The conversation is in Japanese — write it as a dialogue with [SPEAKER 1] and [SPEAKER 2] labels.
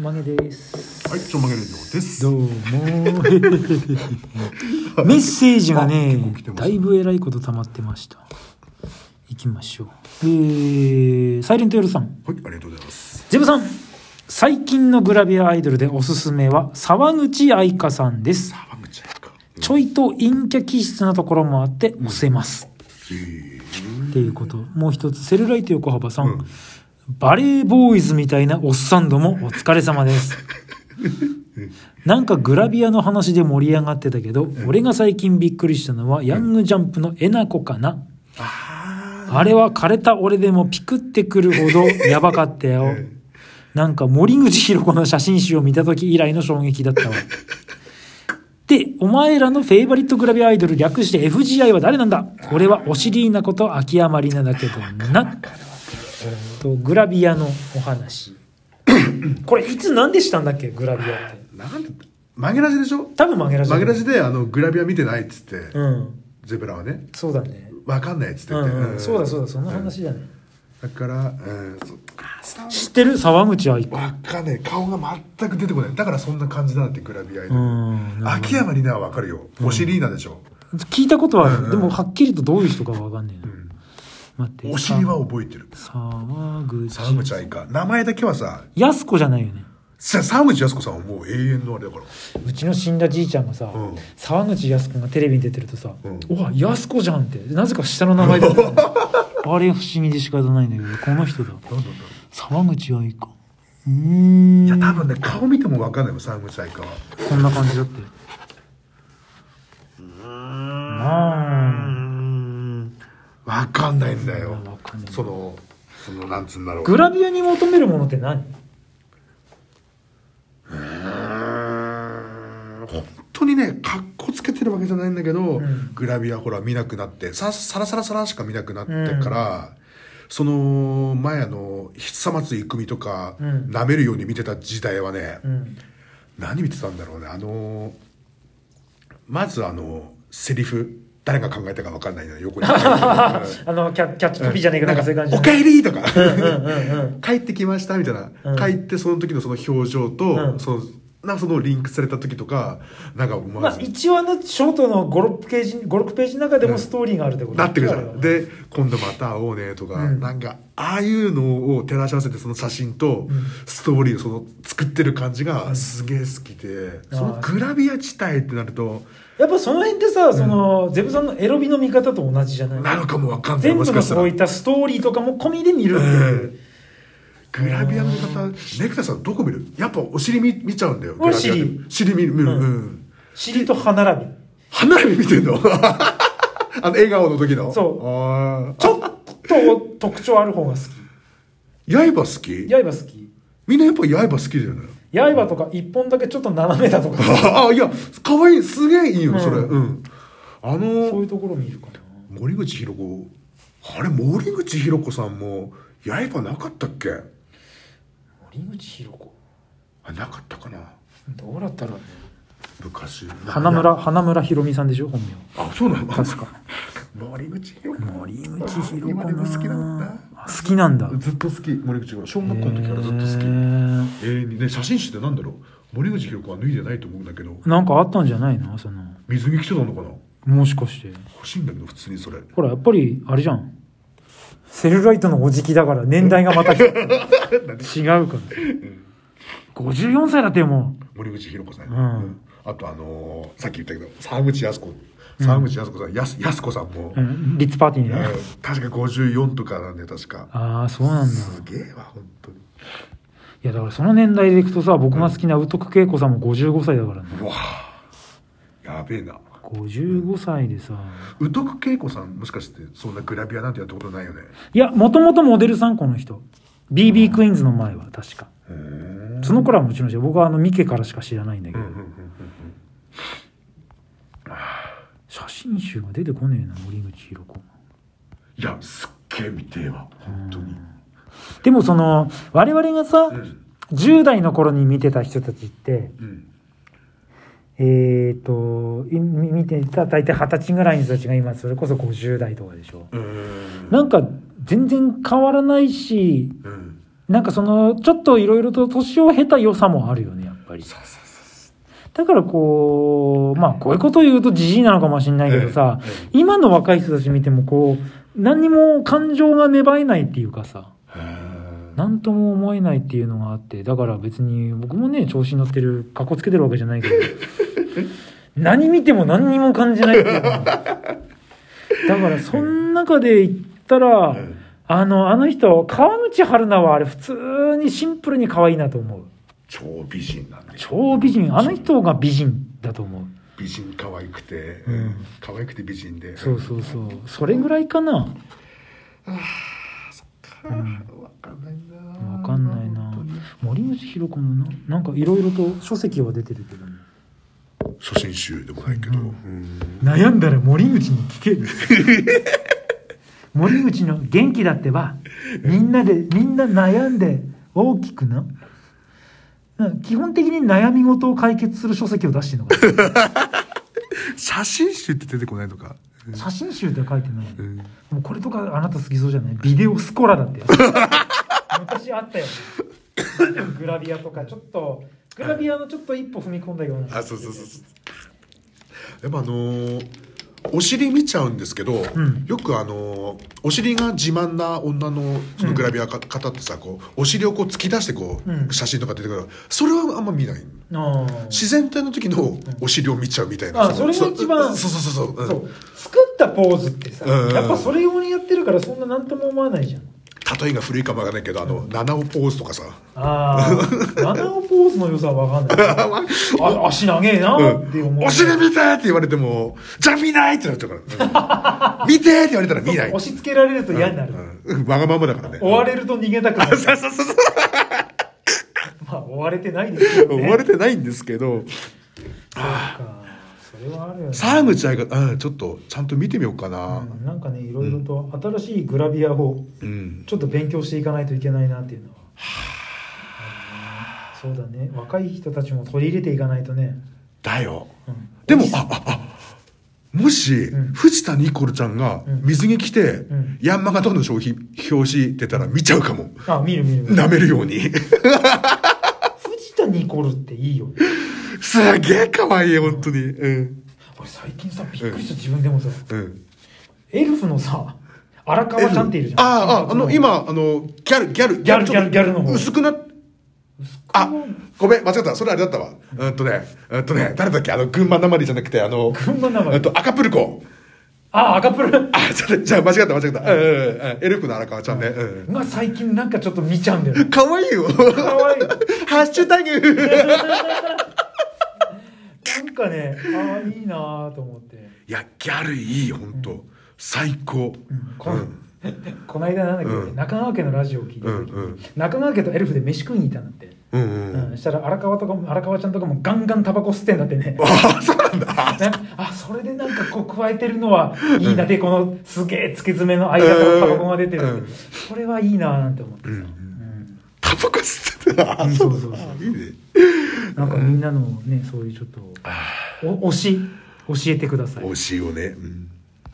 [SPEAKER 1] 曲げです。
[SPEAKER 2] はい、ちょんまげレディオです。
[SPEAKER 1] どう も。メッセージがね
[SPEAKER 2] 来て、ます
[SPEAKER 1] だいぶ偉いこと溜まってました。行きましょう。えー、サイレントヨルさん、
[SPEAKER 2] はい、ありがとうございます。
[SPEAKER 1] ジェブさん。最近のグラビアアイドルでおすすめは沢口愛香さんです。
[SPEAKER 2] 浜口彩か。
[SPEAKER 1] ちょいと陰キャ気質なところもあって押せます。
[SPEAKER 2] え
[SPEAKER 1] っていうこと。もう一つ、セルライト横幅さん。バレーボーイズみたいなおっさんどもお疲れ様です。なんかグラビアの話で盛り上がってたけど、俺が最近びっくりしたのは、ヤングジャンプのえなこかな。
[SPEAKER 2] ー、あ
[SPEAKER 1] あれは枯れた俺でもピクってくるほ どやばかったよ。なんか森口博子の写真集を見た時以来の衝撃だったわ。で、お前らのフェイバリットグラビアアイドル略して FGI は誰なんだ俺はお尻なこと秋山里奈だけどな。と、グラビアのお話。 これいつ何でしたんだっけグラビアって。
[SPEAKER 2] ーなんで、曲げラジでしょ
[SPEAKER 1] 多分曲げらしい。
[SPEAKER 2] 曲げラジで、あの、グラビア見てないっつって、
[SPEAKER 1] うん。
[SPEAKER 2] ゼブラはね、
[SPEAKER 1] そうだね。
[SPEAKER 2] わかんないっつって
[SPEAKER 1] う
[SPEAKER 2] 言って。
[SPEAKER 1] ん、うん。そうだそうだ、そんな
[SPEAKER 2] うん
[SPEAKER 1] 話だね。
[SPEAKER 2] だから、うん、そうあーそ
[SPEAKER 1] 知ってる沢口愛
[SPEAKER 2] う
[SPEAKER 1] 子。
[SPEAKER 2] わかんない。顔が全く出てこない。だからそんな感じだなって、グラビアアイド
[SPEAKER 1] う
[SPEAKER 2] ル
[SPEAKER 1] ん。
[SPEAKER 2] 秋山里奈はわかるよ。おしりーなでしょ。
[SPEAKER 1] 聞いたことはある。でも、はっきりとどういう人かわかんねえな。待って。
[SPEAKER 2] お尻は覚えてる。
[SPEAKER 1] さ。沢口。
[SPEAKER 2] 沢口愛か。名前だけはさ、
[SPEAKER 1] やすこじゃないよね。
[SPEAKER 2] さ沢口靖子さんはもう永遠のあれだから。
[SPEAKER 1] うちの死んだじいちゃんがさ、
[SPEAKER 2] うん
[SPEAKER 1] 沢口靖子がテレビに出てるとさ
[SPEAKER 2] う
[SPEAKER 1] 「
[SPEAKER 2] ん
[SPEAKER 1] うわ靖子じゃん」ってなぜか下の名前だったの あれ不思議で仕方ないんだけどこの人だ
[SPEAKER 2] なんだろう
[SPEAKER 1] 沢口愛かうーん
[SPEAKER 2] い や多分ね顔見ても分かんないもん沢口愛香は
[SPEAKER 1] こんな感じだったよまあ
[SPEAKER 2] 分かんないんだよ
[SPEAKER 1] わかんない
[SPEAKER 2] そのそのなんつうんだろう
[SPEAKER 1] グラビアに求めるものって何
[SPEAKER 2] 本当にねかっこつけてるわけじゃないんだけど、
[SPEAKER 1] ん
[SPEAKER 2] グラビアほら見なくなってささらさらさらしか見なくなってから、その前あの久松郁美とか
[SPEAKER 1] うん
[SPEAKER 2] なめるように見てた時代はね、
[SPEAKER 1] うん
[SPEAKER 2] 何見てたんだろうねあのーまずあのセリフ誰が考えたか分かんないのよ横 に
[SPEAKER 1] あのキャキャッチコピーじゃねえかなんかそういう感じ
[SPEAKER 2] おかえりとか、
[SPEAKER 1] うんうん
[SPEAKER 2] 帰ってきましたみたいな、
[SPEAKER 1] うん
[SPEAKER 2] 帰ってその時のその表情と、
[SPEAKER 1] うん
[SPEAKER 2] そのなんかそのリンクされた時とかなんか思
[SPEAKER 1] ま
[SPEAKER 2] わ
[SPEAKER 1] あ
[SPEAKER 2] ず、
[SPEAKER 1] 一応あのショートの56ページ56ページの中でもストーリーがあるってこと
[SPEAKER 2] なってくるじゃ
[SPEAKER 1] あれは
[SPEAKER 2] んで今度また会おうねとか、
[SPEAKER 1] うん
[SPEAKER 2] なんかああいうのを照らし合わせてその写真と
[SPEAKER 1] うん
[SPEAKER 2] ストーリーをその作ってる感じがすげえ好きで、そのグラビア地帯ってなると
[SPEAKER 1] やっぱその辺ってさ、そのゼブさんのエロビの見方と同じじゃない
[SPEAKER 2] なのかもわかんない
[SPEAKER 1] 全
[SPEAKER 2] も
[SPEAKER 1] 部
[SPEAKER 2] し
[SPEAKER 1] の
[SPEAKER 2] かした
[SPEAKER 1] そうい
[SPEAKER 2] ら
[SPEAKER 1] っ。たストーリーとかも込みで見るっていう、
[SPEAKER 2] グラビアの方、ネクタイさんどこ見るやっぱお尻見見ちゃうんだよ。
[SPEAKER 1] 俺
[SPEAKER 2] グラビアで
[SPEAKER 1] 尻
[SPEAKER 2] 尻見る、見る。
[SPEAKER 1] うん
[SPEAKER 2] うん
[SPEAKER 1] 尻と歯並び
[SPEAKER 2] 歯並び見てんの あの、笑顔の時の
[SPEAKER 1] そう
[SPEAKER 2] あ
[SPEAKER 1] ちょっと特徴ある方が好き
[SPEAKER 2] ー刃好き
[SPEAKER 1] 刃好き
[SPEAKER 2] みんなやっぱ刃好きだよね。
[SPEAKER 1] 刃とか一本だけちょっと斜めだとか
[SPEAKER 2] ああ、いや、可愛いすげえいいよ、それ。
[SPEAKER 1] うん
[SPEAKER 2] うん。あ
[SPEAKER 1] そうい
[SPEAKER 2] の、
[SPEAKER 1] うところ見るかな
[SPEAKER 2] 森口博子、あれ、森口博子さんも、刃なかったっけ
[SPEAKER 1] 森口博子
[SPEAKER 2] あ、なかったかな
[SPEAKER 1] どうだったら
[SPEAKER 2] 昔。
[SPEAKER 1] 花村花村ひろみさんでしょ本名
[SPEAKER 2] あ、そうなの
[SPEAKER 1] 確か
[SPEAKER 2] 森口博子。
[SPEAKER 1] 森口博子
[SPEAKER 2] 今でも好きなんだ。
[SPEAKER 1] あ好きなんだ
[SPEAKER 2] ずっと好き、森口博子。小学校の時からずっと好き。
[SPEAKER 1] 好
[SPEAKER 2] 永遠にね写真集ってなんだろう森口博子は脱いでないと思うんだけど
[SPEAKER 1] なんかあったんじゃないのその
[SPEAKER 2] 水着着てたのかな
[SPEAKER 1] もしかして
[SPEAKER 2] 欲しいんだけど普通にそれ
[SPEAKER 1] ほら、やっぱり、あれじゃん。セルライトのおじきだから、年代がまた違う から。54歳だっても
[SPEAKER 2] 森口博子さん、
[SPEAKER 1] うん
[SPEAKER 2] あとあのーさっき言ったけど沢口靖子沢口靖子さん、やす靖子さんも、
[SPEAKER 1] う、うん、リッツパーティー
[SPEAKER 2] え
[SPEAKER 1] ね。
[SPEAKER 2] ー確か54とかなんで確か
[SPEAKER 1] ああ、そうなんだ。
[SPEAKER 2] すげえわ本当に
[SPEAKER 1] いや、だからその年代でいくとさ、僕が好きな宇徳恵子さんも55歳だからね。
[SPEAKER 2] うわーやべえな
[SPEAKER 1] 55歳でさ。
[SPEAKER 2] 宇徳恵子さんもしかしてそんなグラビアなんてやったことないよね
[SPEAKER 1] いや、もともとモデルさん、この人。BB クイーンズの前は、確か。
[SPEAKER 2] うーん
[SPEAKER 1] その頃はもちろん知らない僕はあの、ミケからしか知らないんだけど。写真集が出てこねえな、森口博子。
[SPEAKER 2] いやすっげえ見てえわ本当に
[SPEAKER 1] でもその、我々がさ、
[SPEAKER 2] うん
[SPEAKER 1] 10代の頃に見てた人たちって、
[SPEAKER 2] うん
[SPEAKER 1] えっ、と、いみ見てた大体二十歳ぐらいの人たちが今、それこそ50代とかでしょ。
[SPEAKER 2] うーん
[SPEAKER 1] なんか、全然変わらないし、
[SPEAKER 2] うん
[SPEAKER 1] なんかその、ちょっといろいろと年を経た良さもあるよね、やっぱり。
[SPEAKER 2] そうそうそ
[SPEAKER 1] だからこう、まあこういうこと言うとじじいなのかもしれないけどさ、
[SPEAKER 2] えええ
[SPEAKER 1] 今の若い人たち見てもこう、何にも感情が芽生えないっていうかさ、
[SPEAKER 2] うへー
[SPEAKER 1] 何とも思えないっていうのがあって、だから別に僕もね、調子に乗ってる、かっこつけてるわけじゃないけど、 何見ても何にも感じないっていうのがだからその中で言ったら、
[SPEAKER 2] うん
[SPEAKER 1] あの、あの人、川口春奈はあれ普通にシンプルに可愛いなと思う。
[SPEAKER 2] 超美人なんで
[SPEAKER 1] 超美人。あの人が美人だと思う。
[SPEAKER 2] 美人可愛くて、
[SPEAKER 1] うん
[SPEAKER 2] 可愛くて美人で
[SPEAKER 1] そうそうそう。それぐらいかな。
[SPEAKER 2] うわかんないな
[SPEAKER 1] わかんないな
[SPEAKER 2] 本当に。
[SPEAKER 1] 森口博子のな、なんかいろいろと書籍は出てるけどね。
[SPEAKER 2] 初心集でもないけど、うん
[SPEAKER 1] 悩んだら森口に聞 け。森口の元気だってば、みんなで、みんな悩んで大きくな。うん基本的に悩み事を解決する書籍を出してるのか な。
[SPEAKER 2] 写真集って出てこないのか、
[SPEAKER 1] 写真集では書いてない。
[SPEAKER 2] うん
[SPEAKER 1] もうこれとかあなた好きそうじゃないビデオスコラだってやつ昔あったよねグラビアとかちょっとグラビアのちょっと一歩踏み込んだような
[SPEAKER 2] あそうそうそうそうやっぱあのーお尻見ちゃうんですけど、
[SPEAKER 1] ん
[SPEAKER 2] よくあのーお尻が自慢な女のそのグラビアか方ってさこうお尻をこう突き出してこう、
[SPEAKER 1] うん
[SPEAKER 2] 写真とか出てくるそれはあんま見ない
[SPEAKER 1] あー
[SPEAKER 2] 自然体の時のお尻を見ちゃうみたいな、
[SPEAKER 1] あそれが一番
[SPEAKER 2] そうそうそうそう,、
[SPEAKER 1] そ
[SPEAKER 2] うん、
[SPEAKER 1] う作ったポーズってさ、
[SPEAKER 2] うんうん
[SPEAKER 1] やっぱそれ用にやってるからそんな何とも思わないじゃん
[SPEAKER 2] 例えが古いかもわかんないけどあの七尾ポーズとかさ
[SPEAKER 1] ああ七尾ポーズの良さは分かんない あ足長えなーって思う、
[SPEAKER 2] お尻見てって言われても、じゃあ見ないってなっちゃうか ら。うん見てって言われたら見ない
[SPEAKER 1] 押。し付けられると嫌になる、
[SPEAKER 2] うんわがままだからね。
[SPEAKER 1] 追われると逃げたくなる
[SPEAKER 2] そうそうそうそ
[SPEAKER 1] まあ追われてないですけ
[SPEAKER 2] う。
[SPEAKER 1] ど、ね、
[SPEAKER 2] 追われてないんですけど、
[SPEAKER 1] そうかそれはあるよね
[SPEAKER 2] 沢口愛が、うん、ちょっとちゃんと見てみようかな。
[SPEAKER 1] なんかねいろいろと新しいグラビアを
[SPEAKER 2] うん。
[SPEAKER 1] ちょっと勉強していかないといけないなっていうのは、あのねそうだね若い人たちも取り入れていかないとね、
[SPEAKER 2] だよ。
[SPEAKER 1] うん
[SPEAKER 2] でも、あ、あ、あ、もし
[SPEAKER 1] うん、
[SPEAKER 2] 藤田ニコルちゃんが
[SPEAKER 1] うん
[SPEAKER 2] 水着着て
[SPEAKER 1] ん、
[SPEAKER 2] ヤンマガとかの商品、表紙出たら見ちゃうかも。
[SPEAKER 1] あ見る見る見る
[SPEAKER 2] 舐めるように。
[SPEAKER 1] 藤田ニコルっていいよね
[SPEAKER 2] すげえ可愛い、本当に。うん。
[SPEAKER 1] 俺最近さびっくりした自分でもさ、
[SPEAKER 2] うん。
[SPEAKER 1] エルフのさ荒川ちゃんっているじゃん
[SPEAKER 2] ああ、ああの、今、あの、ギャル、ギャル、
[SPEAKER 1] ギャルギャルギャルの方
[SPEAKER 2] 薄くな、あ
[SPEAKER 1] あ、
[SPEAKER 2] ごめん、間違った。それあれだったわ。うんとね、うんとね、誰だっけあの、群馬なまりじゃなくて、あの、
[SPEAKER 1] 群馬なまり
[SPEAKER 2] うんと、赤プルコ。
[SPEAKER 1] あ赤プル
[SPEAKER 2] あ、ちょっと、じゃあ間違った、間違った。うんうんうん、エルフの荒川ちゃんね。うん。
[SPEAKER 1] が最近なんかちょっと見ちゃうんだよね
[SPEAKER 2] かわいいよ。
[SPEAKER 1] かわいい
[SPEAKER 2] ハッシュタグ。
[SPEAKER 1] なんかねああいいなーと思って
[SPEAKER 2] いや、ギャルいい、ほんと。最高。
[SPEAKER 1] この この間なんだっけ、
[SPEAKER 2] うん
[SPEAKER 1] 中川家のラジオを聞いた時、
[SPEAKER 2] うんうん
[SPEAKER 1] 中川家とエルフで飯食いに行ったんだって、
[SPEAKER 2] うんう。
[SPEAKER 1] うんん、したら荒川とかも荒川ちゃんとかもガンガンタバコ吸ってんだってね
[SPEAKER 2] あ、そうなんだ。
[SPEAKER 1] なあそれでなんかこう加えてるのはいいなでこのすげえつけ爪の間からタバコが出てる、
[SPEAKER 2] うんうん
[SPEAKER 1] これはいいななんて思ってさ、うん
[SPEAKER 2] タバコ吸ってた。
[SPEAKER 1] うんそうそうそう
[SPEAKER 2] あいいね。
[SPEAKER 1] なんかみんなのねそういうちょっとお推し教えてください
[SPEAKER 2] 推しをね。うん